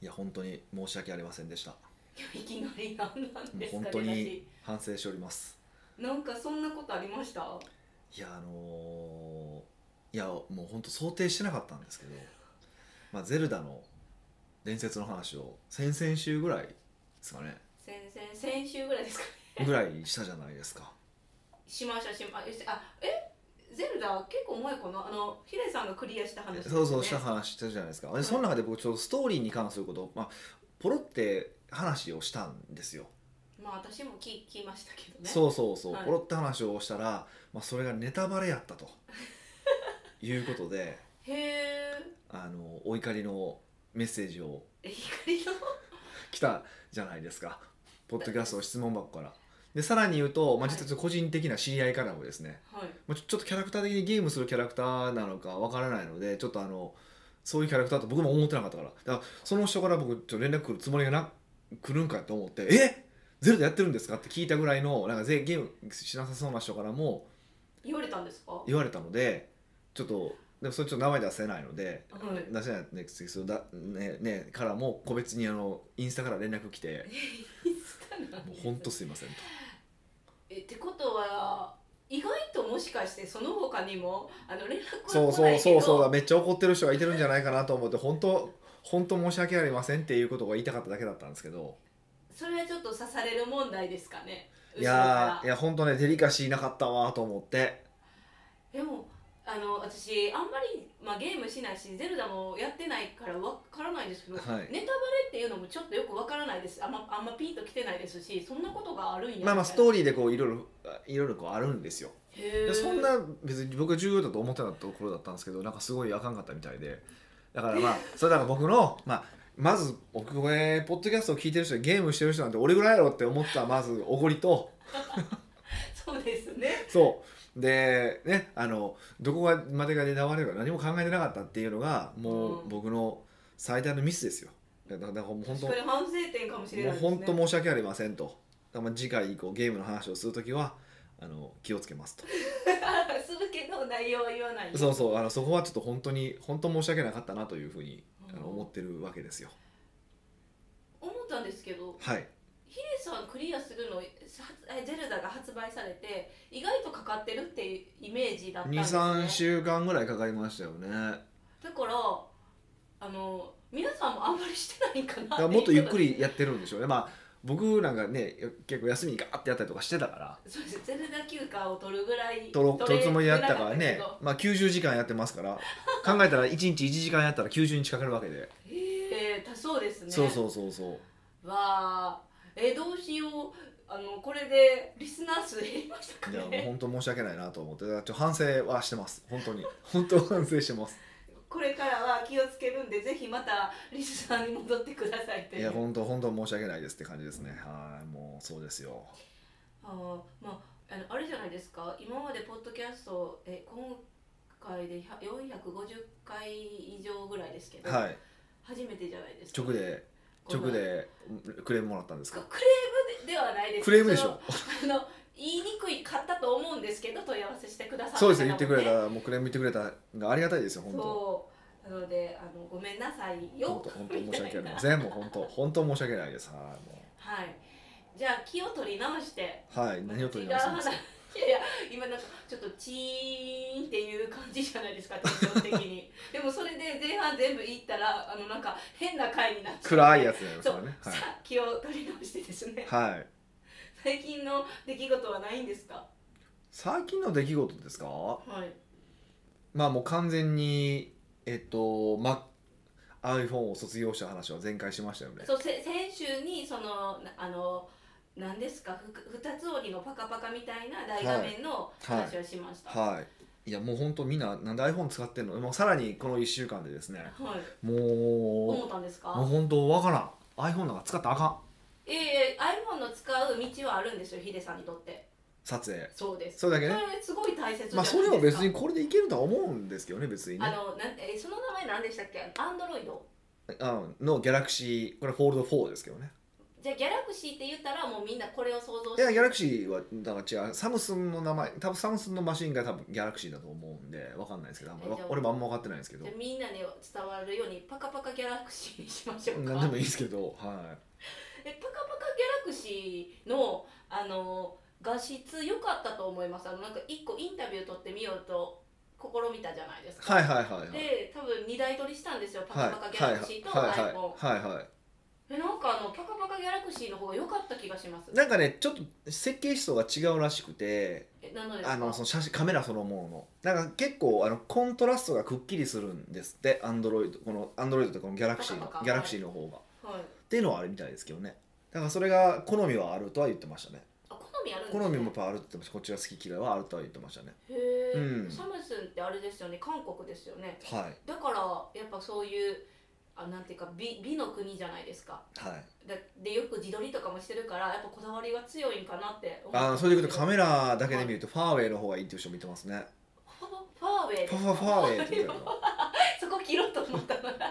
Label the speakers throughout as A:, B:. A: いや本当に申し訳ありませんでしたも
B: いきなりなんなん
A: う
B: です
A: 本
B: か
A: 当
B: ね
A: に反省しております
B: 私なんかそんなことありましたはい
A: やあのーいやもう本当想定してなかったんですけど、まあ、ゼルダの伝説の話を先々週ぐらいですかね
B: 先先先週ぐらいですかね
A: ぐらいしたじゃないですか
B: しましたしまあえあえゼルダ結構前かなあのヒデさんがクリアした話です
A: そう
B: よね
A: そうした話したじゃないですか、でその中で僕ちょっとストーリーに関することを、まあ、ポロって話をしたんですよ、
B: まあ私も聞聞きましたけどね
A: そうそうそう、
B: はい
A: ポロって話をしたら、まあ、それがネタバレやったということで
B: へえ
A: あのお怒りのメッセージを
B: 光の
A: 来たじゃないですかポッドキャストの質問箱から。でさらに言うと、まあ、
B: はい
A: 実は個人的な知り合いからもですね、
B: はい
A: まあちょちょっとキャラクター的にゲームするキャラクターなのかわからないのでちょっとあのそういうキャラクターと僕も思ってなかったからだからその人から僕ちょっと連絡来るつもりがな来るんかと思って「えゼルダやってるんですか?」って聞いたぐらいのなんかぜゲームしなさそうな人からも
B: 言われたんですかは
A: 言われたのでちょっとでもそれちょっと名前出せないので
B: い
A: 出せないんですけどだ、ねね、からも個別にあのインスタから連絡来て
B: いつかな
A: 「もうほんとすいません」と。
B: えってことは意外ともしかしてその他にもあの連絡
A: そ
B: は
A: う
B: 来
A: そ
B: な
A: う
B: いけど
A: そうそうだめっちゃ怒ってる人がいてるんじゃないかなと思って本当本当申し訳ありませんっていうことが言いたかっただけだったんですけど
B: それはちょっと刺される問題ですかね
A: いや
B: 後ろから
A: ーいや本当ねデリカシーなかったわと思って
B: でもあの私あんまり、まあ、ゲームしないしゼルダもやってないからわからないですけど、
A: はい
B: ネタバレっていうのもちょっとよくわからないですあんまあんまピンときてないですしそんなことがあるんや
A: まあまあス
B: みたい
A: トーリーでこういろいろいろいろこうあるんですよ
B: へ
A: で
B: ー
A: そんな別に僕が重要だと思ってたところだったんですけどなんかすごいあかんかったみたいでだからまあ それだから僕のまあまず僕これポッドキャストを聞いてる人ゲームしてる人なんて俺ぐらいやろって思ったまずおごりと
B: そうですね
A: そうでねあのどこがまでが狙われるか何も考えてなかったっていうのがも
B: う
A: うん僕の最大のミスですよだからだからもう本当
B: これ反省点かもしれない
A: も
B: で
A: う
B: すね
A: 本当申し訳ありませんとだからまあ次回以降ゲームの話をする時はあの気をつけますと
B: するけど内容は言わない
A: そうそうあのそこはちょっと本当に本当申し訳なかったなというふうにあの
B: うん
A: 思ってるわけですよ
B: 思ったんですけど
A: はい
B: ヒデさんクリアするのはえゼルダが発売されて意外とかかってるっていうイメージだったんです、ね、
A: 23週間ぐらいかかりましたよね
B: だからあの皆さんもあんまりしてないんかな
A: だからもっとゆっく
B: り
A: りやってるんでしょうねまあ僕なんかね結構休みにガーってやったりとかしてたから
B: そうですゼルダ休暇を取るぐらい
A: とろと
B: れ
A: ろつもりやったから
B: 取れ
A: ね
B: なっ
A: まあ90時間やってますから考えたら1日1時間やったら90日かかるわけで、
B: たけどえー、だそうですね
A: そうそうそうそう
B: うわあえーどうしようあのこれでリスナー数減りました
A: いや
B: か
A: もう
B: ね
A: 本当申し訳ないなと思ってだからちょっと反省はしてます本当に本当反省して ます
B: これからは気をつけるんでぜひまたリスナーに戻ってくださいと
A: い
B: い
A: や
B: う
A: 本当本当申し訳ないですって感じですねはいもうそうですよ
B: あーまああのあれじゃないですか今までポッドキャストえ今回で100 450回以上ぐらいですけど、
A: はい
B: 初めてじゃないですか
A: 直で
B: この
A: 直でクレームもらったんですか
B: クレームでではないです
A: クレームでしょ
B: そのあの言いにくいかったと思うんですけど問い合わせしてくださった
A: そうですね言ってくれ
B: 方もね
A: たもうクレーム言ってくれたがありがたいですよ本当
B: そうなのであのごめんなさいよ
A: 本当本当申し訳ありませんもう本当本当申し訳ないですはいも
B: はいじゃあ気を取り直して
A: うはい何を取り直すんですか
B: いやいや今なんかちょっとチーンっていう感じじゃないですか特徴的 にでもそれで前半全部言ったらあのなんか変な回になっちゃう
A: 暗いやつになります
B: そ
A: か
B: う、
A: らね
B: さあ気を取り直してですね
A: はい、はい
B: 最近の出来事はないんですか
A: 最近の出来事ですか
B: はい
A: まあもう完全にえっと、ま、iPhone を卒業した話は前回しましたよね
B: そうせ先週にそのなあの何ですかふく二つ折りのパカパカみたいな大画面の話をしました。はい
A: はいいやもう本当みんななんで iPhone 使ってんのもうさらにこの1週間でですねもう
B: 思
A: も
B: ったんです
A: う
B: か？
A: 本当わからん iPhone なんか使ったらあかん
B: ええ iPhone の使う道はあるんですよヒデさんにとって。
A: 撮影
B: そうです。
A: それだけね
B: それすごい大切じゃないですか。
A: まあそれは別にこれでいけるとは思うんですけどね別に
B: あ
A: ね
B: のなんえその名前何でしたっけ？アンドロイド
A: あののギャラクシーこれフォールド4ですけどね
B: じゃあギャラクシーって言ったらもうみんなこれを想像し
A: い
B: て
A: やギャラクシーはだから違うサムスンの名前多分サムスンのマシンが多分ギャラクシーだと思うんでわかんないですけどあんまりわ
B: えじゃあ
A: 俺もあんま分かってないんですけど
B: じゃあみんなに伝わるようにパカパカギャラクシーにしましょうか
A: 何でもいいですけどは
B: えパカパカギャラクシーのあの画質良かったと思いますあのなんか一個インタビュー撮ってみようと試みたじゃないです
A: い
B: か、
A: はいはいはいはい
B: で多分2台撮りしたんですよパ
A: はい
B: カパカギャラクシーと iPhone、
A: はいはいはいは
B: えなんかあのパカパカギャラクシーの方が良かった気がします
A: いなんかねちょっと設計思想が違うらしくて
B: えなのですか
A: あのその写真カメラそのもののなんか結構あのコントラストがくっきりするんですってアンドロイドこのアンドロイドとこのギャラクシーの
B: パカパカ
A: ギャラクシーの方がっ
B: はい
A: ていうのはあるみたいですけどねだからそれが好みはあるとは言ってましたね
B: あ好みあるんですね
A: 好みもやっぱあるって言ってましたこっちが好き嫌いはあるとは言ってましたね
B: へえ、
A: うん
B: サムスンってあれですよね韓国ですよね
A: はい
B: だからやっぱそういうあなんていうか美美の国じゃないですか
A: はい
B: だでよく自撮りとかもしてるからやっぱこだわりが強いんかなって思
A: あーそれでいくとカメ
B: ラ
A: ラだけで見るとファーウェイの方がいいっていう人もいてますね
B: ファーウェイです
A: ファファファーウェイって言う
B: そこ切ろうと思ったのがファーウェ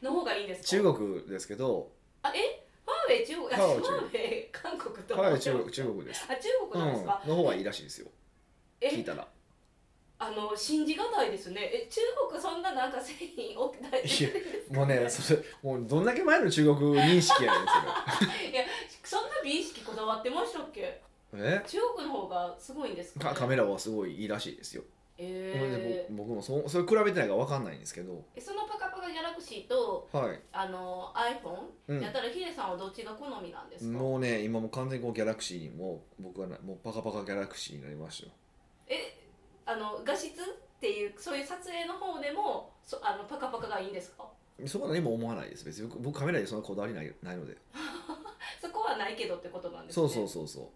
B: イの方がいいんですか
A: 中国ですけど
B: あえファーウェイ中国あ
A: ファーウェイ
B: フ
A: 中国
B: ァーウェイ韓国
A: フ
B: と
A: ァーウェイ中国中国です
B: あ中
A: う
B: 国
A: ん
B: なんですか、
A: の方がいいらしいですよ聞い
B: え
A: たら
B: あの信じがたいですねえ中国そんななんか繊維多くない
A: いやもうねそれもうどんだけ前の中国認識やねん
B: そんな美意識こだわってましたっけ
A: それ え
B: 中国の方がすごいんですか,、
A: かカメラはすごいいいらしいですよ、
B: えー
A: 僕僕もそそれ比べてないから分かんないんですけど
B: えそのパカパカギャラクシーと
A: はい、
B: あの iPhone
A: うん
B: やったらヒデさんはどっちが好みなんですか、
A: もうね今もう完全にこうギャラクシーにもう僕はなもうパカパカギャラクシーになりましたよ
B: えあの画質っていうそういう撮影の方でもそあのパカパカがいいんですか
A: そこは何も思わないです別に僕僕カメラにそんなこだわりないないので
B: そこはないけどってことなんですね
A: そうそうそうそ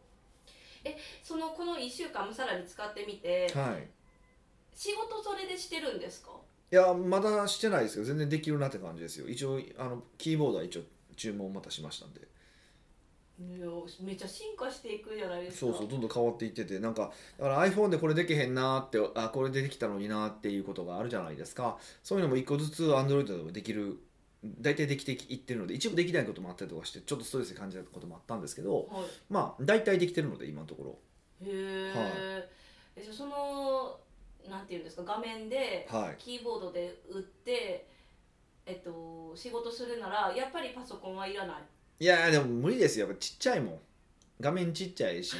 B: そのこの1週間もさらに使ってみて
A: うはい
B: 仕事それでしてるんですか
A: いやまだしてないですけど全然できるなって感じですよ一応あのキーボードは一応注文またしましたんで
B: いやめっちゃ進化していくじゃないですか
A: そうそうどんどん変わっていっててなんかだから iPhone でこれできへんなーってあこれできたのになーっていうことがあるじゃないですかそういうのも一個ずつ Android でもできる大体できていってるので一部できないこともあったりとかしてちょっとストレス感じたこともあったんですけど
B: はい
A: まあ大体できてるので今のところ
B: へーえじゃあそのなんていうんですか画面で
A: はい
B: キーボードで打って、えっと、仕事するならやっぱりパソコンはいらない
A: いやーでも無理ですよやっぱちっちゃいもん画面ちっちゃ いし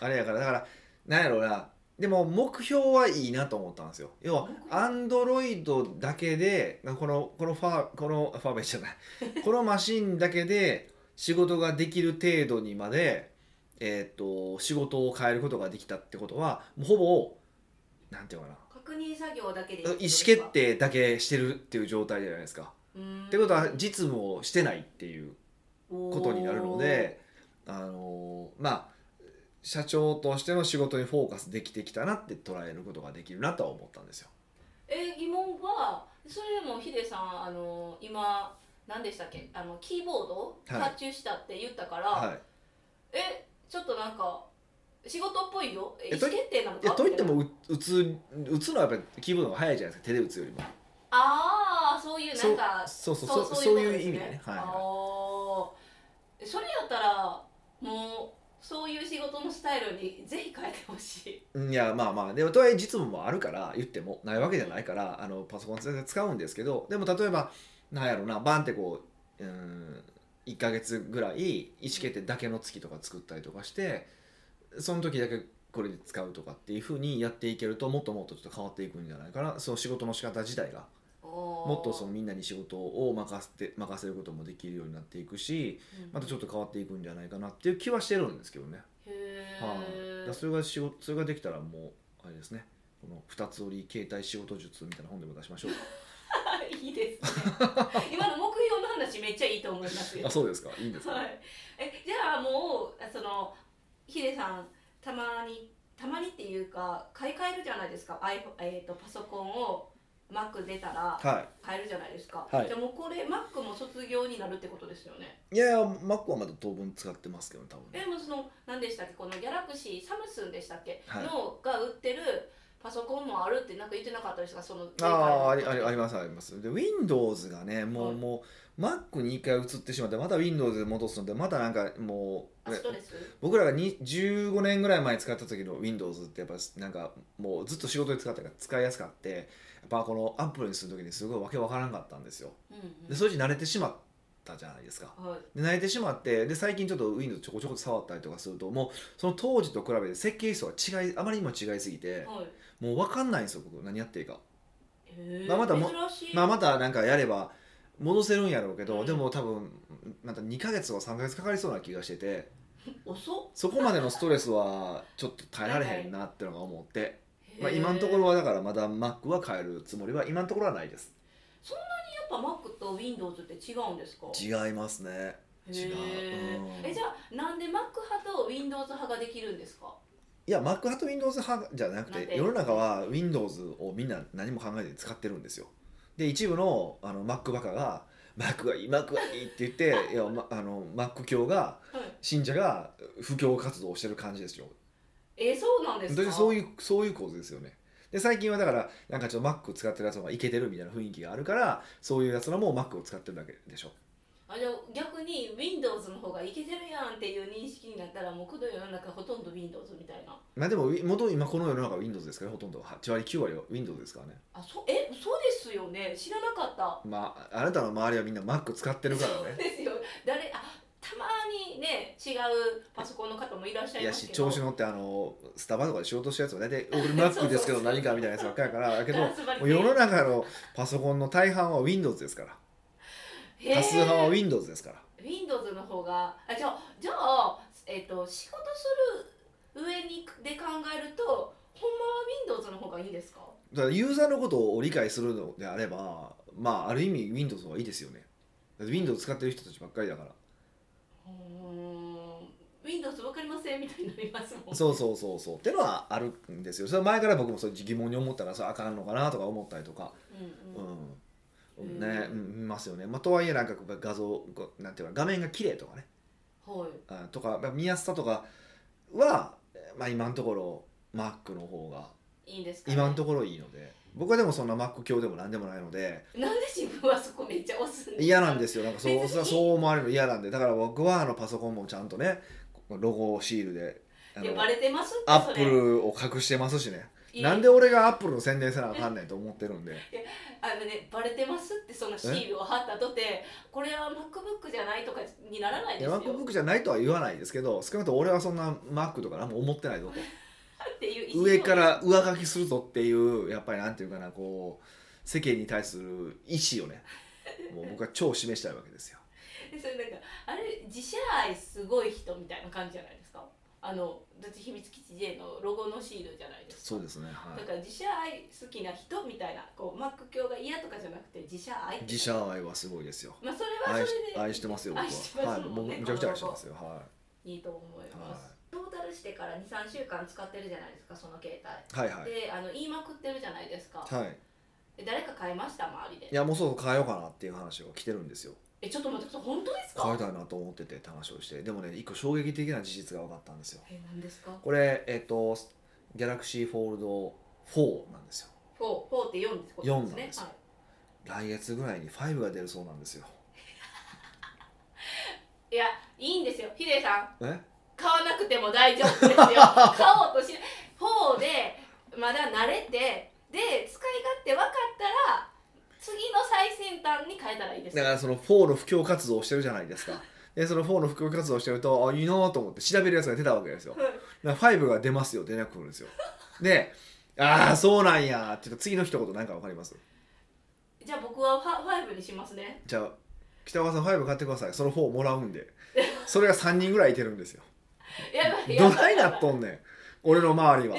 A: あれやからだからなんやろうなでも目標はいいなと思ったんですよ要は
B: 目標
A: アンドロイドだけでこのこのファーこのファーウェイじゃない このマシンだけで仕事ができる程度にまで、えー、と仕事を変えることができたってことはもうほぼなんていうのか
B: 確認作業だけで
A: な意思決定だけしてるっていう状態じゃないですか。
B: っ
A: ってことは実務をしてないっていうことになるのであのまあ社長としての仕事にフォーカスできてきたなって捉えることができるなとは思ったんですよ。
B: え疑問はそれでもヒデさんあの今何でしたっけあのキーボード
A: はい
B: 発注したって言ったから、
A: は
B: えちょっとなんか仕事っぽいよえ意
A: えと
B: 思決定なの
A: い、いや
B: か
A: といってもう打つ打つのはやっぱりキーボードの方が早いじゃないですか手で打つよりも。
B: ああそういうなんか
A: そうそうそうそういう意味でね。はい
B: あ
A: は
B: ーそれやったらもうそういう仕事のスタイルにぜひ変えてほしい
A: い、いやまあまあでもとはいえ実務もあるから言ってもないわけじゃないからあのパソコン全然使うんですけどでも例えばなんやろうなバンってこううーん1ヶ月ぐらい意思決定だけの月とか作ったりとかしてその時だけこれで使うとかっていうふうにやっていけるともっともっとちょっと変わっていくんじゃないかなその仕事の仕方自体がも
B: も
A: っとそのみんなに仕事を任せて任せることもできるようになっていくしまたちょっ
B: と
A: と変わっていくんじゃないかなっていう気はしてるんですけどね。
B: へ
A: はい、だ
B: え、
A: からそれが仕事それができたらもうあれですねこの二つ折り携帯仕事術みたいな本でも出し ましょうか
B: いいですね今の目標の話めっちゃいいと思いますよ
A: あそうですかいいんですか、
B: はい、えじゃあもうあそのヒデさんたまにたまにっていうか買い替えるじゃないですか i p h えー、とパソコンを Mac 出たら
A: は
B: 買えるじゃないですか、
A: はい
B: じゃあもうこれ Mac も卒業になるってことですよね
A: い、いやいや Mac はまだ当分使ってますけどね多分
B: え
A: ね
B: でもその何でしたっけこのギャラクシーサムスンでしたっけ、
A: はい
B: のが売ってるパソコンもあるってなんか言ってなかったですかその
A: ああありありあり
B: ま
A: ますありますで Windows がねもう、
B: はい
A: もう Mac に一回移ってしまってまた Windows で戻すのでまたなんかもうね
B: ストレス
A: 僕らがに15年ぐらい前に使った時の Windows ってやっぱなんかもうずっと仕事で使ったから使いやすかってやっぱこのアップルにする時にすごいわけわからんかったんですよ
B: うんうん
A: でそれじゃ慣れてしまったじゃないですか
B: はい
A: で慣れてしまってで最近ちょっと Windows ちょこちょこ触ったりとかするともうその当時と比べて設計思想が違いあまりにも違いすぎて
B: はい
A: もう分かんないんですよ僕何やっていいか
B: へー
A: まあまたも
B: 珍しい
A: まあ、またなんかやれば戻せるんやろうけど、
B: うん
A: でも多分また2ヶ月とか3ヶ月かかりそうな気がしてて
B: 遅っ
A: そこまでのストレスはちょっと耐えられへんなってのが思って、まあ、
B: へー
A: 今のところはだからまだ Mac は変えるつもりは今のところはないです
B: やっぱ Mac と Windows って違うんですか
A: 違いますね違う
B: へ
A: うん
B: ーえじゃあなんで Mac 派と Windows 派ができるんですか
A: いや Mac 派と Windows 派じゃなく
B: なん
A: て
B: で
A: 世の中は Windows をみんな何も考えて使ってるんですよで一部のあの Mac バカが Mac がいい Mac がいいって言っていや、ま、あの Mac 教が
B: はい
A: 信者が布教活動をしてる感じですよ
B: えそうなんです
A: 本当
B: か
A: にそういうそういう構図ですよねで最近はだからなんかちょっと Mac 使ってるやつの方がイケてるみたいな雰囲気があるからそういうやつらも Mac を使ってるだけでしょ
B: あじゃあ逆に Windows の方がいけてるやんっていう認識になったらもうこの世の中ほとんど Windows みたいな
A: まあでもウィ元今この世の中は Windows ですからねほとんど8割9割は Windows ですからね
B: あそえそうですよね知らなかった
A: まああなたの周りはみんな Mac 使ってるから
B: そう
A: ね
B: ですよ誰あたまにね違うパソコンの方もいらっしゃ
A: い
B: い
A: や
B: ます
A: し
B: けど
A: 調子乗ってあのスタバとかで仕事したやつも大体俺 Mac ですけど何かみたいなやつばっかりやからだ けど
B: ガ
A: も
B: ラス張り
A: う世の中のパソコンの大半は Windows ですから
B: へー
A: 多数派は Windows ですから
B: Windows の方があじゃあじゃあ、えっと仕事する上にで考えるとほんまは Windows の方がいいんですか
A: だからユーザーのことを理解するのであればまあある意味 Windows の方がいいですよねだって Windows 使ってる人たちばっかりだから
B: うーん Windows わかりませんみたいになりますもん
A: そうそうそうそうってのはあるんですよそれは前から僕もそう疑問に思ったらそれあかんのかなとか思ったりとか
B: うんうん
A: う
B: うん
A: んね、うん、見ますよね、まあ、とはいえなんかこう画像こうなんていうか画面が綺麗とかね
B: はい
A: あとかまあ見やすさとかは、まあ、今のところ Mac の方が
B: いいんですか、
A: 今のところいいので僕はでもそんな Mac 教でも何でもないので
B: なんで自分はそこめっちゃ押すんですか
A: 嫌なんですよなんかそう
B: 別に
A: そう思われるの嫌なんでだから僕はあのパソコンもちゃんとねロゴシールであ
B: いや
A: の
B: バレてますって
A: ア
B: そ
A: ップ
B: れ
A: ルを隠してますしね
B: いい
A: なんで俺がアップルの宣伝せなあかんねんと思ってるんで
B: あのねバレてますってそのシールを貼ったとてこれは MacBook じゃないとかにならない
A: い
B: です
A: や
B: よ
A: MacBook じゃないとは言わないですけど少なくとも俺はそんな Mac とか何も思ってないぞと
B: っていう意思
A: 上から上書きするぞっていうやっぱりなんていうかなこう世間に対する意思をねもう僕は超示したいわけですよ
B: でそれなんかあれ自社愛すごい人みたいな感じじゃないですかあのだって秘密基地 J のロゴのシールじゃないですか
A: そうですねは
B: だから自社愛好きな人みたいなこうマック教が嫌とかじゃなくて自社愛
A: い自社愛はすごいですよ
B: まあそれは
A: 愛
B: そ
A: し
B: れで
A: 愛してますよ僕
B: 愛してま
A: は、は
B: す
A: い、
B: も
A: 僕
B: んね
A: めちゃくちゃ愛してますよはい
B: いいと思います、トータルしてから23週間使ってるじゃないですかその携帯
A: はいはい
B: であの言いまくってるじゃないですか、
A: はい
B: で誰か変えました周りで
A: いやもうそろそろ変えようかなっていう話を来てるんですよ
B: えちょっと待って本当ですか
A: 変えたいなと思っててって話をしてでもね一個衝撃的な事実が分かったんですよ
B: え何ですか
A: これえっ、と Galaxy Fold 4なんですよ
B: 4 4って4ってこと
A: 4
B: です
A: なん
B: ね
A: ですよ来月ぐらいに5が出るそうなんですよ
B: はい、いやいいんですよヒデさん
A: え
B: 買わなくても大丈夫ですよ 買おうとしない方でまだ慣れてで使い勝手分かったら次の最先端に変えたらいいです
A: だからその4の布教活動をしてるじゃないですか。でその4の布教活動をしてるとあいいなと思って調べるやつが出たわけですよ。だから5が出ますよ出なくるんですよ。で「ああそうなんや」って言うと次の一言なんかわかります
B: じゃあ僕はファファイブにしますね
A: じゃあ北川さん5買ってくださいその4もらうんでそれが3人ぐらいいてるんですよ。
B: やばいや
A: ど
B: ば
A: ない
B: い
A: な
B: や
A: っ
B: ばい
A: とんねん俺の周りは。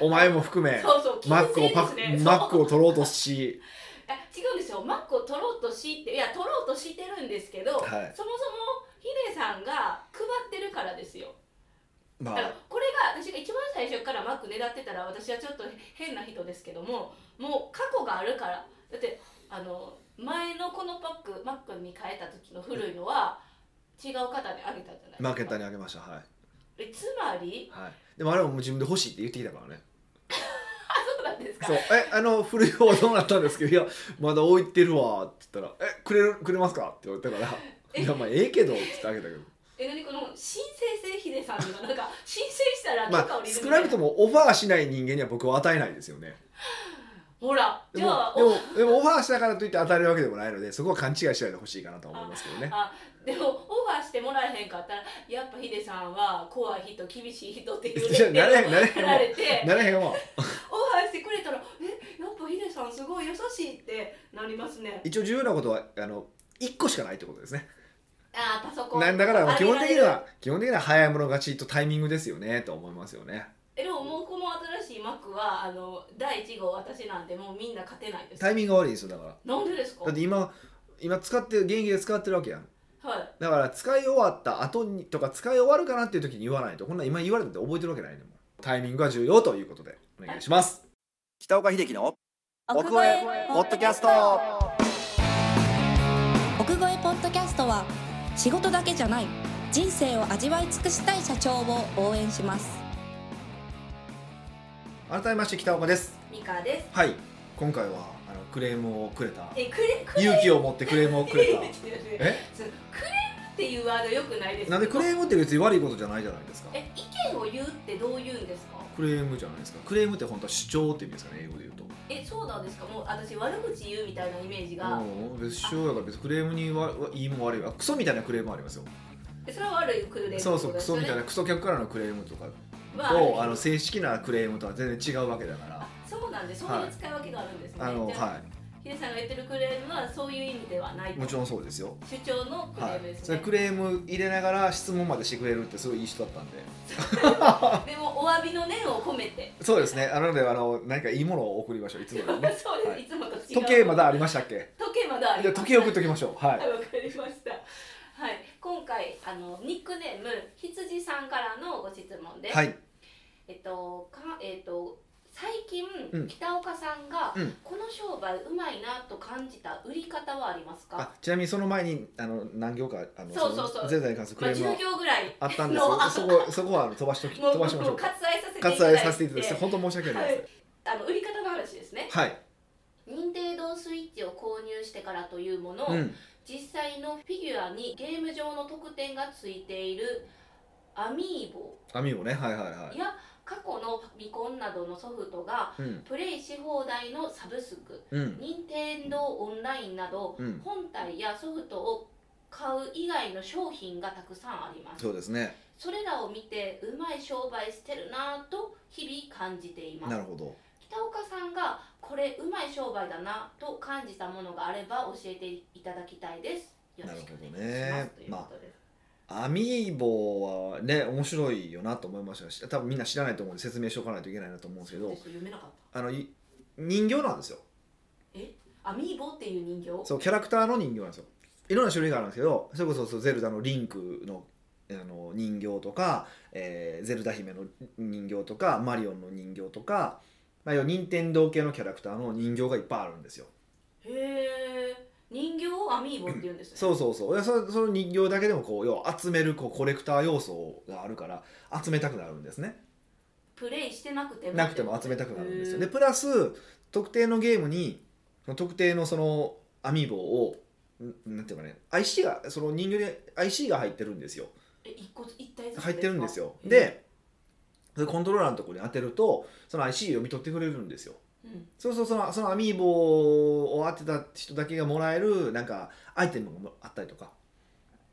A: お前も含め
B: そうそう
A: マックをパ
B: 金
A: ク
B: 銭ですね
A: マックを取ろうとし
B: あ違うんですよマックを取ろうとしていや取ろうとしてるんですけ
A: は
B: ど、
A: い
B: そもそもヒデさんが配ってるからですよ
A: ま
B: だから
A: あ
B: これが私が一番最初からマック狙ってたら私はちょっと変な人ですけどももう過去があるからだってあの前のこのパックマックに変えた時の古いのは違う方にあげたじゃないですか
A: マーケッターにあげましたはい、
B: えつまり
A: はい、でもあれはもう自分で欲しいって言ってきたからね
B: あそうだんですか
A: そう「えあの古い方はどうなったんですけどいやまだ置いてるわ」って言ったら「えくれるくれますか?」って言われたから「
B: え
A: いやまあええけど」って言ってあげたけど
B: え何この申請せヒデさんとかなんか申請したら
A: ま
B: 許可を
A: あ少なくともオファーしない人間には僕は与えないですよね
B: ほら
A: で
B: じゃ
A: も
B: あ
A: でもでもオファーしたからといって与えるわけでもないのでそこは勘違いしないでほしいかなとは思いますけどね
B: あでもオファーしてもらえへんかったらやっぱヒデさんは怖い人厳しい人っていうレベル
A: いやなれへんなれへん
B: 振られて
A: なれへんわ
B: オファーしてくれたらえやっぱヒデさんすごい優しいってなりますね
A: 一応重要なことはあの1個しかないってことですね
B: あーパソコン
A: なんだからまあ基本的に
B: あげられる
A: は基本的には早い者勝ちとタイミングですよねと思いますよね
B: えでももうこの新しい Mac はあの第1号私なんでもうみんな勝てないです
A: タイミングが悪いんですよだから
B: なんでですか
A: だって今今使って現役で使ってるわけやん
B: はい
A: だから使い終わった後にとか使い終わるかなっていう時に言わないとこんなん今言われたって覚えてるわけないねんもんタイミングが重要ということでお願いします北岡秀樹の奥越えポッドキャスト
C: 奥越えポッドキャストは仕事だけじゃない人生を味わい尽くしたい社長を応援します
A: 改めまして北岡です
B: ミカです
A: はい今回はあのクレームをくれた
B: えくれくれ
A: 勇気を持ってクレームをく れたえ
B: そうクレームっていうワードよくないですけど
A: なんでクレームって別に悪いことじゃないじゃないですか
B: え意見を言うってどう言うんですか
A: クレームじゃないですかクレームって本当は主張って意味ですかね英語で言うと
B: えそうなんですかもう私悪口言うみたいなイメージが、
A: うん別に主張やから別にクレームにはいいも悪いわクソみたいなクレームもありますよ
B: えそれは悪いクレーム
A: そうそうクソみたいな
B: な
A: クソ客からのクレームとかと
B: は
A: あ
B: あ
A: の
B: の
A: 正式なクレームとは全然違うわけだから
B: そうなんでそういう使い分けがあるんですね、
A: あの
B: じゃあ、
A: は
B: ヒデさんが言ってるクレームはそういう意味ではない
A: いもちろんそうですよ
B: 主張のクレ
A: は
B: ーム
A: い
B: です
A: それ
B: ね、
A: クレーム入れながら質問までしてくれるってすごいいい人だったんで
B: でもお詫びの念を込めて
A: そうですねあなのであの何かいいものを送りましょういつもより
B: そう
A: ね
B: です、
A: はい
B: い、つもと違う
A: 時計ま
B: ま
A: だありましたっけ
B: 時計まだあ
A: じ
B: り
A: ゃあ
B: ます
A: 時計送っときましょうは
B: はいい、わかりました。はい、今回あのニックネーム羊さんからのご質問です。
A: はい
B: えっとかえっと最近、
A: うん
B: 北岡さんが、
A: うん
B: この商売うまいなと感じた売り方はあります
A: あ
B: か？
A: ちなみにその前にあの何行かあの
B: そうそうそう
A: の前代に関するク
B: まあ
A: レ
B: 10
A: ームは
B: 行ぐらい
A: あったんですよ そこそこはあの飛ばしとき
B: もう
A: 飛ばしましょ
B: も
A: う
B: う
A: か
B: 割愛させていただい
A: 割
B: て
A: 愛させていただいて本当申し訳ないです
B: あの売り方の話ですね。
A: はい
B: 任天堂スイッチを購入してからというもの、
A: うん
B: 実際のフィギュアにゲーム上の特典がついているアミーボ。
A: 網もねはいはいはい
B: いや過去のファミコンなどのソフトが
A: うん
B: プレイし放題のサブスク
A: うん
B: 任天堂オンラインなど
A: うん
B: 本体やソフトを買う以外の商品がたくさんあります
A: そうですね
B: それらを見てうまい商売してるなぁと日々感じています
A: なるほど
B: 北岡さんがこれうまい商売だなと感じたものがあれば教えていただきたいですよろしくお願いし
A: な
B: ま
A: る
B: す
A: ほどね
B: ということです、
A: アミーボはね面白いよなと思いましたし多分みんな知らないと思うんで説明しておかないといけないなと思うんですけ
B: そう
A: ど
B: です読めなかっ
A: あのい人形なんですよ
B: たアミーボっていう人形
A: そうキャラクターの人形なんですよいろんな種類があるんですけどそれこそそうゼルダのリンクのあの人形とか、えーゼルダ姫の人形とかマリオンの人形とか、まあ、要は任天堂系のキャラクターの人形がいっぱいあるんですよ
B: へえ人形をアミーボって言うんですね
A: そうそうそういやそその人形だけでもこう要は集めるこうコレクター要素があるから集めたくなるんですね
B: プレイしてなくても
A: なくても集めたくなるんですよで
B: へ
A: プラス特定のゲームにその特定のそのアミーボをんなんていうかね IC がその人形に IC が入ってるんですよ
B: え一個一体ずつか
A: 入ってるんですよ
B: へえ
A: でそれコントローラーのところに当てるとその IC 読み取ってくれるんですよ
B: うん
A: そうそうそのそのアミーボを当てた人だけがもらえるなんかアイテムがあったりとか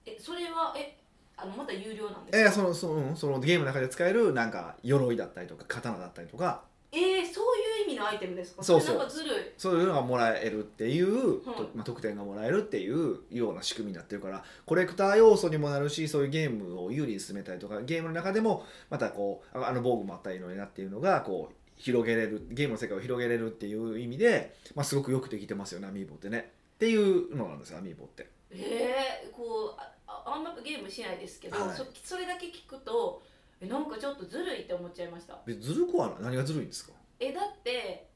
B: えそれはえあのまた有料なんです
A: え
B: か
A: ーそのそのうんそのゲームの中で使えるなんか鎧だったりとか刀だったりとか
B: えーそういう意味のアイテムですか
A: そうそう
B: れなんかずるい
A: そういうのがもらえるっていう、
B: はい
A: とまあ、特典がもらえるっていうような仕組みになってるからコレクター要素にもなるしそういうゲームを有利に進めたりとかゲームの中でもまたこうああの防具もあったらいいのになっていうのがこう広げれるゲームの世界を広げれるっていう意味で、まあ、すごくよくできてますよねアミーボってね。っていうのなんですよアミーボって。
B: へえこうあああんまゲームしないですけど、
A: はい
B: そそれだけ聞くとえなんかちょっとずるいって思っちゃいました
A: 別にずるくはない何がずるいんですか
B: えだって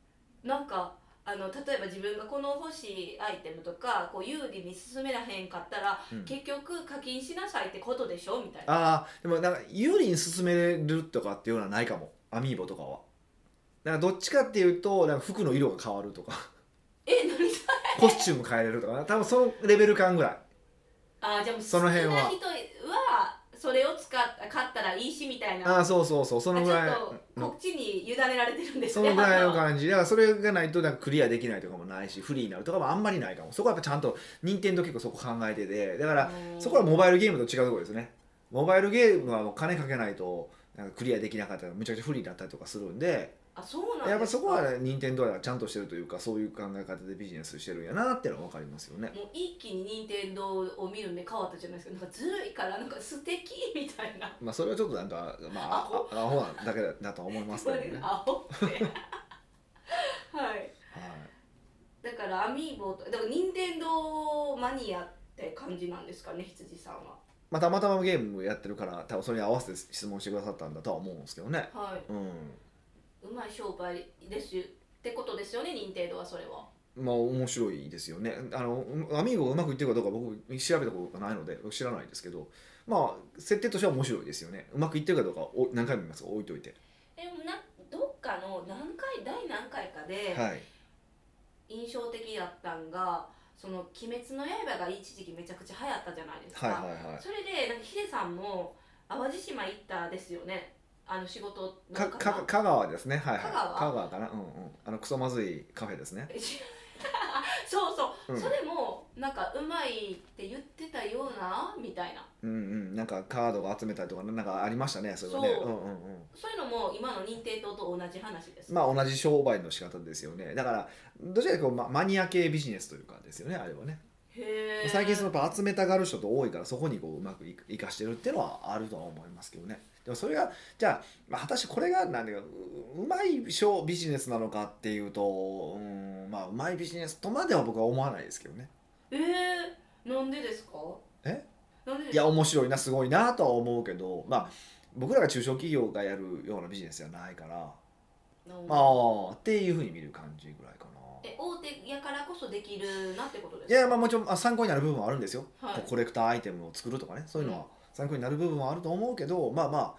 B: なんかあの例えば自分がこの欲しいアイテムとかこう有利に進めらへんかったら、
A: うん
B: 結局課金しなさいってことでしょみたいな
A: ああでもなんか有利に進めるとかっていうのはないかもアミーボとかは。なんかどっちかっていうとなんか服の色が変わるとか
B: え何 それ
A: コスチューム変えれるとか多分そのレベル感ぐらい
B: あーじゃあもう
A: その辺は
B: 好きな人はそれを使っ買ったらいいしみたいな
A: ああそうそうそうそのぐらい
B: あちょっと
A: うん
B: こっちに委ねられてるんで す
A: そ
B: ね
A: のぐらいの
B: あの
A: 感じだからそれがないとなんかクリアできないとかもないしフリーになるとかもあんまりないかもそこはやっぱちゃんと任天堂結構そこ考えててだからそこはモバイルゲームと違うところですねモバイルゲームはもう金かけないとなんかクリアできなかったらむちゃくちゃ不利だったりとかするんで
B: あそうなんですか
A: やっぱそこはね任天堂はちゃんとしてるというかそういう考え方でビジネスしてるんやなっていうのは分かりますよね
B: もう一気に任天堂を見る目変わったじゃないですかなんかずるいからなんか素敵みたいな
A: まあそれはちょっとなんかまあ
B: アホ
A: あアホなだけだとは思いますけど ね
B: アホってはい
A: はい
B: だからアミーボとだから任天堂マニアって感じなんですかね羊さんは
A: まあたまたまゲームやってるから多分それに合わせて質問してくださったんだとは思うんですけどね
B: は
A: うん
B: いうまい商売ですよってことですよね任天堂はそれは
A: まあ面白いですよねあのうんアミーゴがうまくいってるかどうか僕調べたことがないので僕知らないですけどまあ設定としては面白いですよねうまくいってるかどうかお何回も見ますが置いといて
B: でもなどっかの何回第何回かで
A: はい
B: 印象的だったんが「その鬼滅の刃」が一時期めちゃくちゃ流行ったじゃないですか、
A: はいはいは
B: それでなんかヒデさんも淡路島行ったですよねあの仕事
A: い
B: の
A: か
B: 方
A: か香川ですねはいはい
B: 香川
A: 香川かなうんうんあのクソまずいカフェですね
B: そうそう、
A: うん
B: それもなんかうまいって言ってたようなみたいな
A: うんうんなんかカードが集めたりとかなんかありましたねそれはね
B: そ
A: う
B: うん
A: んうん
B: そういうのも今の任天堂と同じ話です、
A: まあ同じ商売の仕方ですよねだからどちらかというとまマニア系ビジネスというかですよねあれはね
B: へえ
A: 最近そのやっぱ集めたがる人と多いからそこにこううまくい生かしてるっていうのはあるとは思いますけどねでもそれがじゃあ、まあ、果たしてこれが何だかううまい商ビジネスなのかっていうとうんまあうまいビジネスとまでは僕は思わないですけどね
B: えー、なんでですか
A: え
B: なんでで
A: い
B: すか
A: や面白いなすごいなとは思うけどまあ僕らが中小企業がやるようなビジネスじゃないから
B: なん
A: まあっていうふうに見る感じぐらいかな
B: え大手やからこそできるなってことです
A: い
B: か
A: やまあもちろんあ参考になる部分はあるんですよ
B: はい
A: こうコレクターアイテムを作るとかねそういうのは参考になる部分はあると思うけど、まあまあ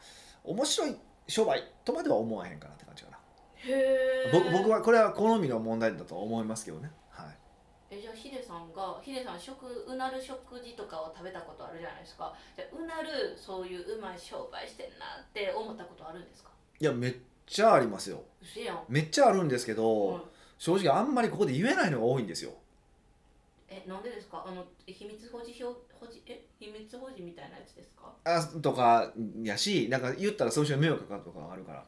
A: 面白い商売とまでは思わへんかなって感じかな、
B: へえ
A: 僕僕はこれは好みの問題だと思いますけどね、はい、
B: えじゃあヒデさんがヒデさん食うなる食事とかを食べたことあるじゃないですかじゃあうなるそういううまい商売してんなって思ったことあるんですか
A: いやめっちゃありますよ
B: うせやん、
A: めっちゃあるんですけど、
B: うん
A: 正直あんまりここで言えないのが多いんですよ
B: えなんでですかあの秘密保持表保持え秘密保持みたいなやつですか
A: あとかやしなんか言ったらそういう人に迷惑かかるとかがあるから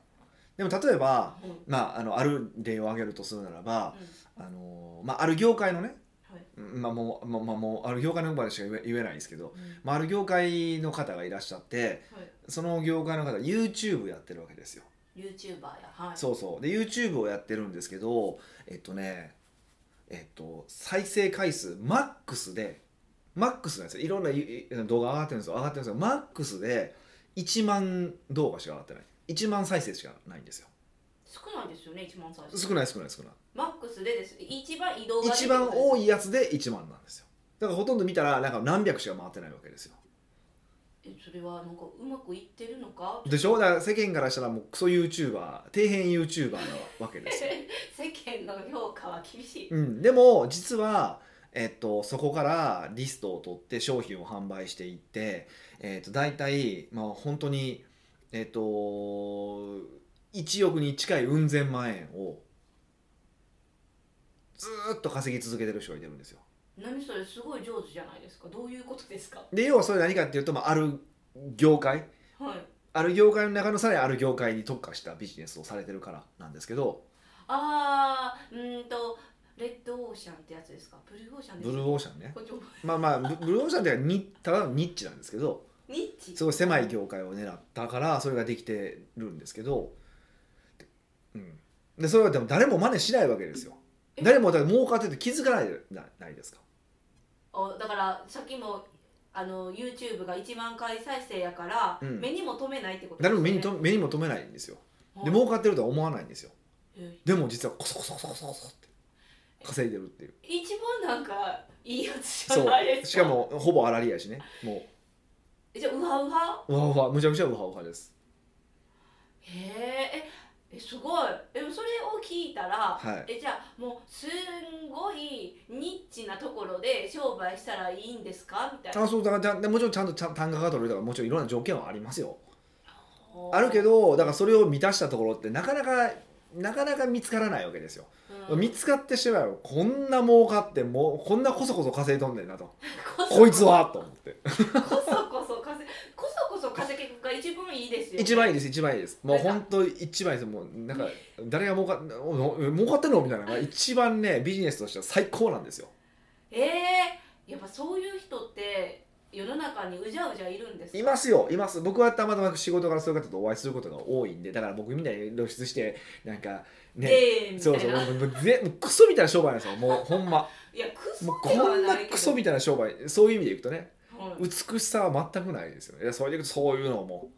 A: でも例えば、
B: うん
A: まあ、あのある例を挙げるとするならば、あのまあ、ある業界のね、
B: はい
A: まあもうまあまあ、もうある業界の場でしか言え言えないですけど、
B: うんうん
A: まあ、ある業界の方がいらっしゃって
B: はい
A: その業界の方 YouTube やってるわけですよ、
B: YouTuber やはい
A: そうそうで YouTube をやってるんですけどえっとねえっと再生回数マックスでマックスなんですよいろんなゆゆ動画上がってるんですよ上がってるんですよマックスで1万動画しか上がってない1万再生しかないんですよ
B: 少ないですよね一万最初
A: 少ない少ない少ない
B: マックスでです一番移動が
A: 一番多
B: い
A: いやつで1万なんですよだからほとんど見たらなんか何百しか回ってないわけですよ
B: えそれはなんかうまくいってるのか
A: でしょだから世間からしたらもうクソ YouTuber 底辺 YouTuber なわけですよ、
B: 世間の評価は厳しい
A: うん、でも実はえっと、そこからリストを取って商品を販売していって、えっと、大体、まあ、本当に、えっと、1億に近いうん千万円をずーっと稼ぎ続けてる人がいてるんですよ。
B: 何それすごい上手じゃないですかどういうことですか
A: で要はそれ何かっていうと、まあ、ある業界
B: はい
A: ある業界の中のさらにある業界に特化したビジネスをされてるからなんですけど
B: あーうーんとレッドオーシャンってやつですかブルーオーシャンで
A: ブ
B: す
A: ルー
B: か
A: オーシャンね
B: こっちも
A: まあまあブブルーオーシャンっていうかニただのニッチなんですけど
B: ニッチ
A: すごい狭い業界を狙ったからそれができてるんですけど、うん、でそれはでも誰も真似しないわけですよ
B: え
A: 誰もだから儲かってて気づかないなないですか
B: あだからさっきもあの YouTube が1万回再生やから、
A: うん
B: 目にも留めないってこと
A: 誰も目に
B: 留
A: と目にも留めないんですよ
B: め
A: で儲かってるとは思わないんですよ
B: え
A: でも実はコソコソコソコソコソって稼いでるっていう
B: 一番なんかいいやつじ
A: そ
B: ゃないです
A: う
B: か
A: しかもほぼ粗利やしねもう
B: じゃあウハウハ
A: うわうわむちゃくちゃうわうわです
B: へーええすごいえそれを聞いたら、
A: はい
B: えじゃあもうすんごいニッチなところで商売したらいいんですかみたいな
A: あそうだからちゃんでもちろんちゃんとちゃん単価が取れるとかもちろんいろんな条件はありますよ
B: おー
A: あるけどだからそれを満たしたところってなかなかなかなか見つからないわけですよ、
B: うん
A: 見つかってしまえばこんな儲かってもうこんなこそこそ稼いとんねんなと
B: こそ
A: こいつはと思って
B: こそこそ稼ぎこそこそ稼ぎが一番いいですよ
A: 一番いいです一番いいですもう
B: なんか
A: 本当一番いいですもうなんか誰が儲かおの儲かってんのみたいなのが一番ねビジネスとしては最高なんですよ
B: えー、やっぱそういう人って世の中にうじゃうじゃいるんですか
A: いますよいます僕はたまたま仕事からそういう方とお会いすることが多いんでだから僕みたいに露出してなんかね、
B: ええみたい
A: そう
B: な
A: そうもうもうぜもうクソみたいな商売なんですよもうほんま
B: いやクソ
A: もうこ
B: ではないけど
A: んなクソみたいな商売そういう意味でいくとね
B: はい
A: 美しさは全くないですよねいやそれでいくとそういうのも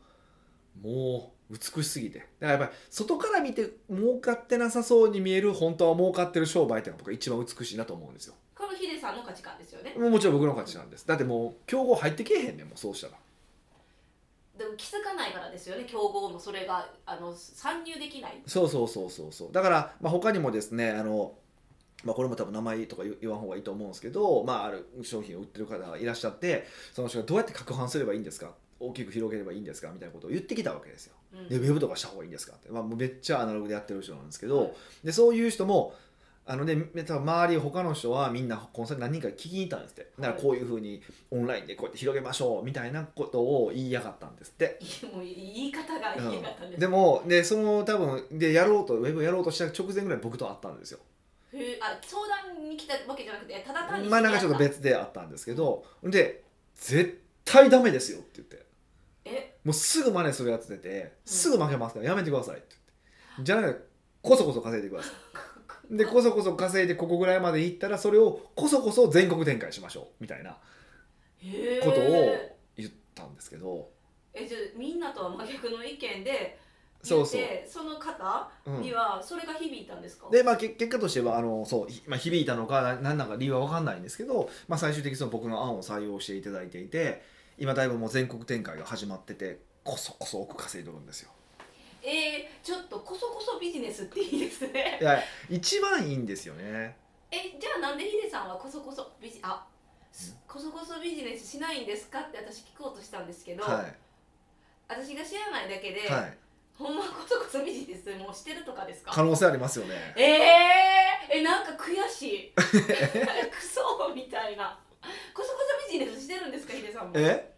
A: もう美しすぎてだからやっぱり外から見て儲かってなさそうに見える本当は儲かってる商売っていうのが僕は一番美しいなと思うんですよ
B: これもヒデさんの価値観ですよね
A: もうもちろん僕の価値なんですだってもう競合入ってけえへんねんもうそうしたら
B: でも気づかないからですよね競合もそれがあの参入できない
A: そうそうそうそうそうだから、まあ、他にもですねあの、まあ、これも多分名前とか言言わん方がいいと思うんですけど、まあ、ある商品を売ってる方がいらっしゃってその人がどうやって攪拌すればいいんですか大きく広げればいいんですかみたいなことを言ってきたわけですよ。
B: うん
A: でウェブとかした方がいいんですかって、まあ、もうめっちゃアナログでやってる人なんですけど、でそういう人もあのね、め多分周り他の人はみんなコンサル何人か聞きに行ったんですってだからこういうふうにオンラインでこうやって広げましょうみたいなことを言いやがったんですって
B: いやもう言い方が言い方です、
A: でもでその多分でやろうとウェブやろうとした直前ぐらい僕と会ったんですよ
B: へえあ相談に来たわけじゃなくてただ単に
A: まあなんかちょっと別で会ったんですけどで「絶対ダメですよ」って言って
B: え
A: もうすぐ真似するやつ出てすぐ負けますからやめてくださいって言ってじゃなくてこそこそ稼いでくださいでこそこそ稼いでここぐらいまで行ったらそれをこそこそ全国展開しましょうみたいな
B: へえ
A: ことを言ったんですけど、
B: えじゃあみんなとは真逆の意見で
A: そうそう
B: 言ってその方
A: うん
B: にはそれが響いたんですか、
A: でまあ、け結果としてはあのそう、ひまあ、響いたのかな何なのか理由は分かんないんですけど、まあ、最終的にその僕の案を採用していただいていて今だいぶもう全国展開が始まっててこそこそ億稼いでるんですよ
B: えー、ちょっとこそこそビジネスっていい ですね
A: いや一番いいんですよね
B: えじゃあなんでヒデさんはこそこそビジあすこそこそビジネスしないんですかって私聞こうとしたんですけど、
A: は
B: 私が知らないだけで、
A: い、はい、
B: ほんまこそこそビジネスもうしてるとかですか
A: 可能性ありますよね
B: えー、えなんか悔し いクソみたいなこそこそビジネスしてるんですかヒデさんも
A: え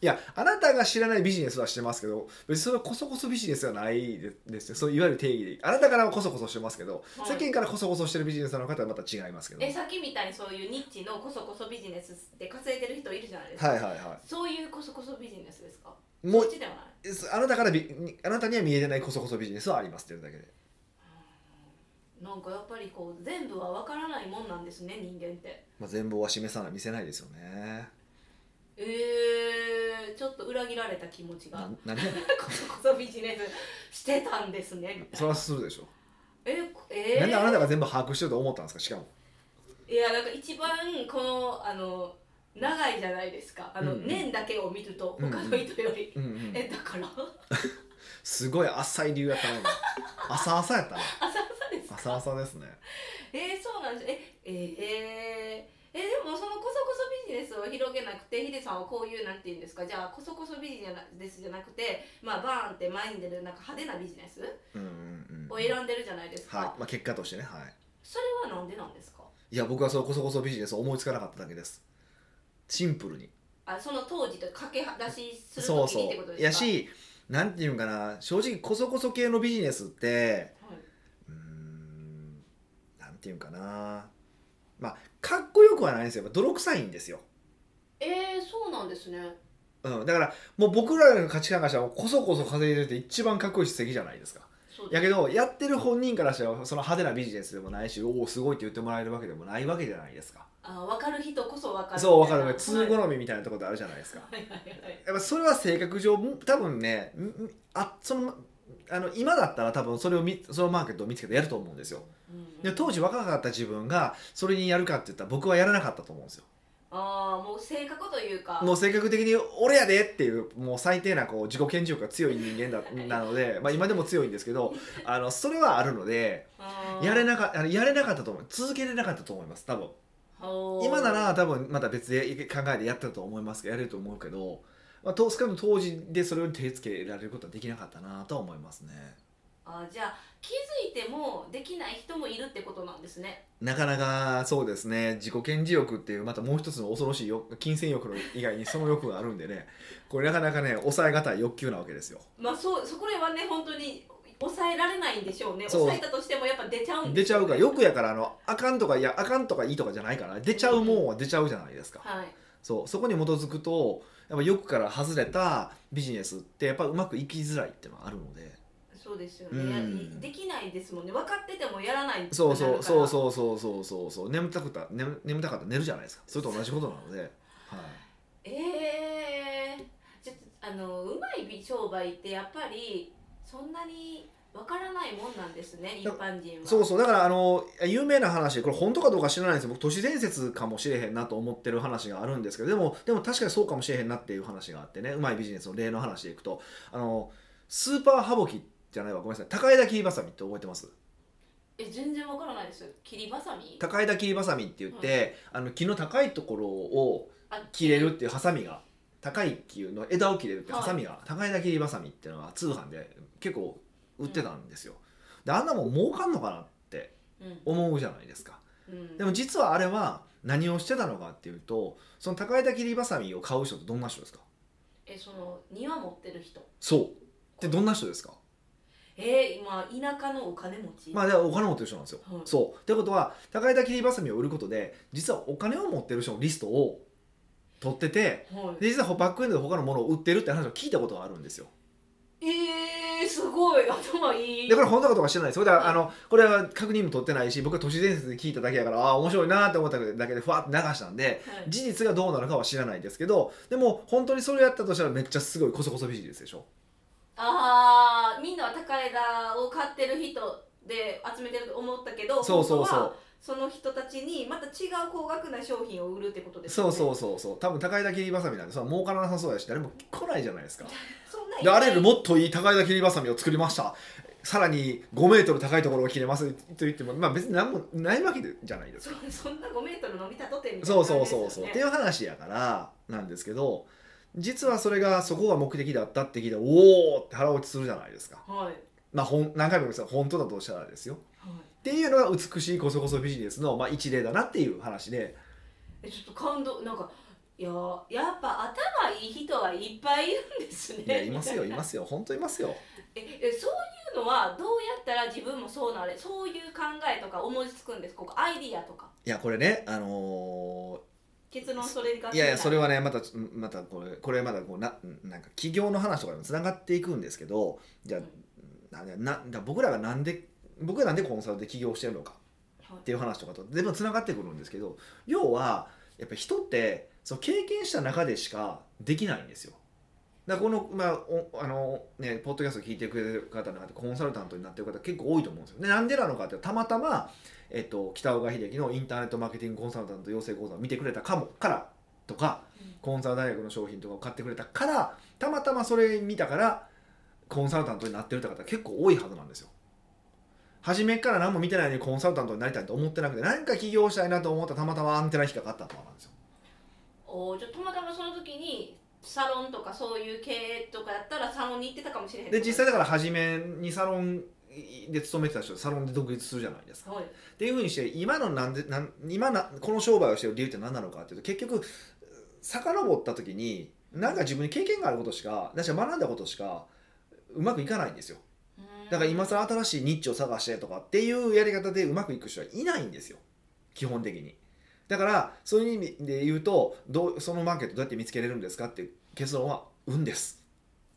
A: いやあなたが知らないビジネスはしてますけど別にそれはこそこそビジネスはないでですねそういわゆる定義であなたからはこそこそしてますけど、
B: はい
A: 世間からこそこそしてるビジネスの方はまた違いますけど
B: え
A: はい
B: さっきみたいにそういうニッチのこそこそビジネスで稼いでる人いるじゃないですか、
A: はいは
B: そういうこそこそビジネスですか
A: いもう
B: こっちではない
A: あなたからびにあなたには見えてないこそこそビジネスはありますっていうだけで
B: なんかやっぱりこう全部は分からないもんなんですね人間って
A: まあ、全貌は示さない見せないですよね
B: えー、ちょっと裏切られた気持ちが
A: な何が
B: こそこそビジネスしてたんですねみたい
A: それ
B: な
A: はするでしょ、
B: ええ
A: なんであなた
B: ー、
A: が全部把握してると思ったんですかしかも
B: いやなんか一番このあの長いじゃないですかあの、
A: うんうん
B: 年だけを見ると
A: うんうん
B: 他の人より、
A: うんうん
B: えだから
A: すごい浅い理由や ったな今浅々やったな
B: 浅々ですか
A: 浅々ですね
B: えー、そうなんですえええーえでもそのこそこそビジネスを広げなくてヒデさんはこういうなんて言うんですかじゃあこそこそビジネスじゃなくてまあバーンって前に出るなんか派手なビジネス
A: うんうんうん
B: を
A: は
B: 選んでるじゃないです
A: い、
B: か、
A: まあ、結果としてねはい
B: それはなんでなんですか
A: いや僕はそのこそこそビジネスを思いつかなかっただけですシンプルに
B: あその当時とかけ出しする
A: そう
B: 時に
A: そ
B: ってこと
A: う
B: ですか
A: やしなんていうんかな正直こそこそ系のビジネスって
B: はい、
A: うーんなんていうんかなまあかっこよくはないんですよやっぱ泥臭いんですよ、
B: えー、そうなんですね
A: うん、だからもう僕らの価値観からしたらこそこそ稼いでるって一番かっこいい席じゃないですか
B: そう
A: やけどやってる本人からしたらその派手なビジネスでもないしおおすごいって言ってもらえるわけでもないわけじゃないですか
B: あ分かる人こそ分かる
A: そうわかる
B: 通
A: 通
B: はい
A: 好みみたいなところってあるじゃないですか
B: はいはいはい
A: やっぱそれは性格上も多分ねんんあそのあの今だったら多分それをみそのマーケットを見つけてやると思うんですよ
B: うんうん
A: で当時若かった自分がそれにやるかって言ったら僕はやらなかったと思うんですよ
B: ああもう性格というか
A: もう性格的に俺やでっていうもう最低なこう自己顕示欲が強い人間だなので、まあ、今でも強いんですけどあのそれはあるのでやれ
B: い
A: なかあのやれなかったと思う続けれなかったと思います多分今なら多分また別で考えてやったと思いますけどやれると思うけど、まあ、と少なくとも当時でそれを手つけられることはできなかったなとは思いますね
B: あーじゃあ気づいてもできない人もいるってことなんですね
A: なかなかそうですね自己顕示欲っていうまたもう一つの恐ろしい欲金銭欲の以外にその欲があるんでねこれなかなかね抑え難い欲求なわけですよ
B: まあそうそこらはね本当に抑えられないんでしょうね
A: そう
B: 抑えたとしてもやっぱ出ちゃうん
A: 出
B: で
A: ち
B: し
A: ゃ
B: ょね
A: うからよくやからあのあかんとかいやあかんとかいいとかじゃないから出ちゃうもんは出ちゃうじゃないですか
B: はい
A: そうそこに基づくとやっぱ欲から外れたビジネスってやっぱうまくいきづらいっていうのはあるので
B: そうですよね、
A: うん
B: できないですもんね分かっててもやらないってなる
A: そうそうそう
B: う
A: そうそうそうそうそう眠たくた眠眠たかったら寝るじゃないですかそれと同じことなので、はい、
B: ええちょっとあのうまい商売ってやっぱりそんなに分からないもんなんですね一般人は
A: そうそうだからあの有名な話これ本当かどうか知らないんですよ僕都市伝説かもしれへんなと思ってる話があるんですけどでもでも確かにそうかもしれへんなっていう話があってねうまいビジネスの例の話でいくとあのスーパーハボキじゃないわごめんなさい高枝切りばさみって覚えてます
B: え全然分からないです切りばさみ
A: 高枝切りばさみって言って、あの木の高いところを
B: あ
A: 切れるっていうハサミが高い木の枝を切れるってハサミが、高枝切りばさみっていうのが通販で結構売ってたんですよ。であんなもん儲かんのかなって
B: うん
A: 思うじゃないですか。
B: うん
A: でも実はあれは何をしてたのかっていうとその高枝切りばさみを買う人ってどんな人ですか
B: えその庭持ってる人
A: そうってどんな人ですか
B: えー、今田舎のお金持ち、
A: まあでお金持ってる人なんですよ、
B: はい
A: そうってことは高枝切りばさみを売ることで実はお金を持ってる人のリストを取ってて
B: はい、
A: で実はバックエンドで他のものを売ってるって話を聞いたことがあるんですよ
B: えー、すごい頭いい
A: でこれ本当かどうか知らないですよだからあのこれは確認も取ってないし僕は都市伝説で聞いただけだからああ面白いなーって思っただけでふわって流したんで
B: はい
A: 事実がどうなのかは知らないですけどでも本当にそれやったとしたらめっちゃすごいコソコソビジネスでしょ
B: ああみんなは高枝を買ってる人で集めてると思ったけど
A: そうそう
B: 本当
A: そう
B: はその人たちにまた違う高額な商品を売るってことです
A: そうそううそうそう多分高枝切りばさみなんてその儲からなさそうやし誰も来ないじゃないですか
B: そんな
A: であれより
B: も
A: もっといい高枝切りばさみを作りましたさらに5メートル高いところを切れますと言ってもまあ別に何もないわけじゃないです
B: そ
A: か
B: そんな5メートル伸びたとてみたい
A: そ
B: な
A: うそ
B: 感
A: う
B: じです
A: そうそ
B: よね
A: うっていう話やからなんですけど実はそれがそこが目的だったって聞いておおって腹落ちするじゃないですか
B: はいはい
A: まあほん何回も言いますが本当だとしたらですよっていうのが美しいこそこそビジネスの、まあ、一例だなっていう話で
B: えちょっと感動なんかいやーやっぱ頭いい人はいっぱいいるんですね
A: いやいます よいますよ本当いますよ
B: ええそういうのはどうやったら自分もそうなれそういう考えとか思いつくんですここアイディアとか
A: いやこれねあの
B: 結論それが
A: ーいやいやそれ
B: は
A: はねまたまたこれこれまだこうななんか企業の話とかにもつながっていくんですけどじゃあななだから僕らがなんで僕らなんでコンサルで起業してるのか
B: はい
A: っていう話とかと全部つながってくるんですけど要はやっぱ人ってその経験した中でしかできないんですよ。だからこの、まあおあのね、ポッドキャストを聞いてくれてる方の中でコンサルタントになってる方結構多いと思うんですよ。でなんでなのかってたまたま、えっと、北岡秀樹のインターネットマーケティングコンサルタント養成講座を見てくれたかもからとか
B: うん
A: コンサル大学の商品とかを買ってくれたからたまたまそれ見たからコンサルタントになってるって方結構多いはずなんですよ。初めっから何も見てないのにコンサルタントになりたいと思ってなくて何か起業したいなと思ったらたまたまアンテナ引っかかったとかなんですよ。
B: おーじゃあたまたまその時にサロンとかそういう経営とかやったらサロンに行ってたかもしれへん
A: で実際だから初めにサロンで勤めてた人サロンで独立するじゃないですか。
B: はい
A: っていうふうにして今のなんでなん今なこの商売をしてる理由って何なのかっていうと結局遡った時になんか自分に経験があることしかだし学んだことしかうまくいかないんですよだから今更新しいニッチを探してとかっていうやり方でうまくいく人はいないんですよ基本的にだからそういう意味で言うとどうそのマーケットどうやって見つけれるんですかっていう結論は運です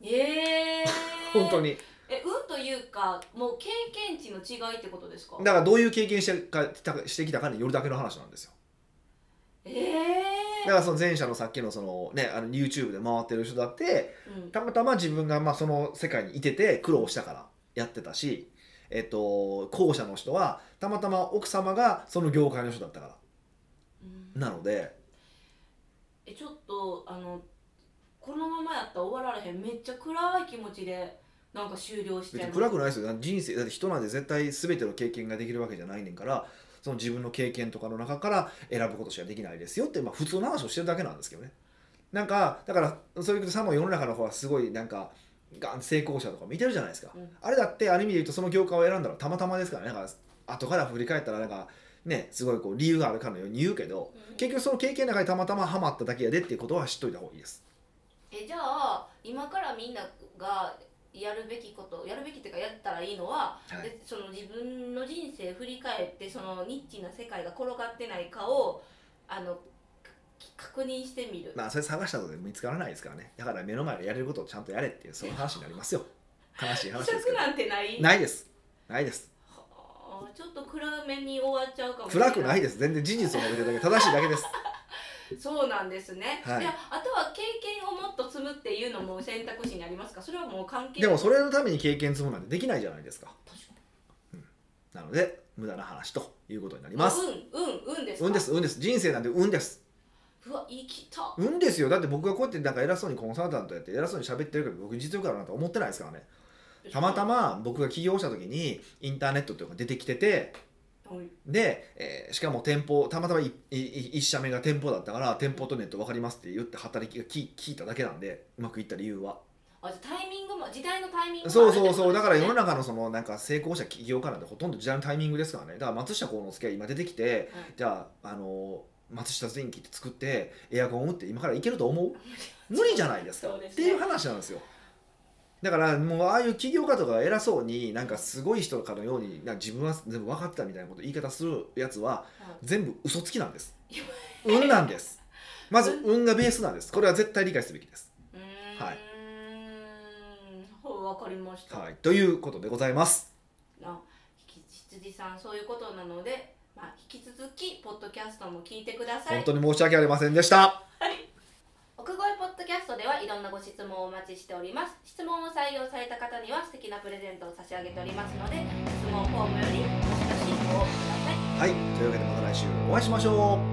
B: ええ
A: 本当
B: に
A: に
B: え運というかもう経験値の違いってことですか
A: だからどういう経験してかしてきたかによるだけの話なんですよ
B: ええ
A: だからその前者のさっきのそのねあの YouTube で回ってる人だって
B: うん
A: たまたま自分がまあその世界にいてて苦労したからやってたし、えっと、後者の人はたまたま奥様がその業界の人だったから
B: うん
A: なので
B: えちょっとあのこのままやったら終わられへんめっちゃ暗い気持ちでなんか終了しち
A: 別
B: ゃい
A: に
B: ま
A: 暗くないですよだって人生だって人なんて絶対全ての経験ができるわけじゃないねんからその自分の経験とかの中から選ぶことしかできないですよって、まあ、普通の話をしてるだけなんですけどねなんかだからそういうことさも世の中の方はすごいなんかガン成功者とか見てるじゃないですか、
B: うん
A: あれだってある意味で言うとその業界を選んだのはたまたまですからねなんか後から振り返ったらなんかねすごいこう理由があるかのように言うけど
B: うん
A: 結局その経験の中にたまたまハマっただけやでっていうことは知っといた方がいいです
B: えじゃあ今からみんながやるべきことやるべきっていうかやったらいいのは、
A: はい
B: でその自分の人生振り返ってそのニッチな世界が転がってないかをあのか確認してみる、
A: まあそれ探したので見つからないですからねだから目の前でやれることをちゃんとやれっていうそういう話になりますよ悲しい話
B: 試
A: ですけど
B: 着なんてない
A: ないですないです
B: はあちょっと暗めに終わっちゃうかもしれな
A: 暗
B: い
A: くないです全然事実を述べてるだけ正しいだけ です
B: そうなんですね、
A: はい
B: じゃああとは経験をもっと積むっていうのも選択肢にありますかそれはもう関係
A: でもそれのために経験積むなんてできないじゃないですか
B: 確か
A: なので無駄な話ということになり
B: に
A: ます
B: うんうんうんですか
A: 運です運です人生なんて運です
B: うわ生きた
A: 運ですよだって僕がこうやってなんか偉そうにコンサルタントやって偉そうに喋ってるけど僕実力あるなんて思ってないですからねたまたま僕が起業した時にインターネットっていうのが出てきてて
B: はい
A: で、えーしかも店舗たまたまいいい一社目が店舗だったから店舗とネット分かりますって言って働きが聞聞いただけなんでうまくいった理由は
B: あじゃあタイミングも時代のタイミングもある
A: そう
B: って
A: そう
B: こと
A: そうだから世の
B: ですね
A: 中のそのなんか成功者起業家なんてほとんど時代のタイミングですからねだから松下幸之助が今出てきてじゃああの松下電器って作ってエアコン打って今からいけると思う無理じゃないですか
B: そうです
A: っ
B: ね
A: ていう話なんですよだからもうああいう起業家とかが偉そうになんかすごい人かのようになんか自分は全部分かってたみたいなこと言い方するやつは
B: はい
A: 全部嘘つきなん です
B: いや
A: 運なんですまず運がベースなんですこれは絶対理解すべきです、
B: うーん
A: はい
B: はいわかりました、
A: はい、ということでございます
B: な引き羊さんそういうことなので、まあ、引き続きポッドキャストも聞いてください
A: 本当に申し訳ありませんでした
B: 奥越えポッドキャストではいろんなご質問をお待ちしております質問を採用された方には素敵なプレゼントを差し上げておりますので質問フォームよりどしどしご応募ください
A: はいというわけでまた来週お会いしましょう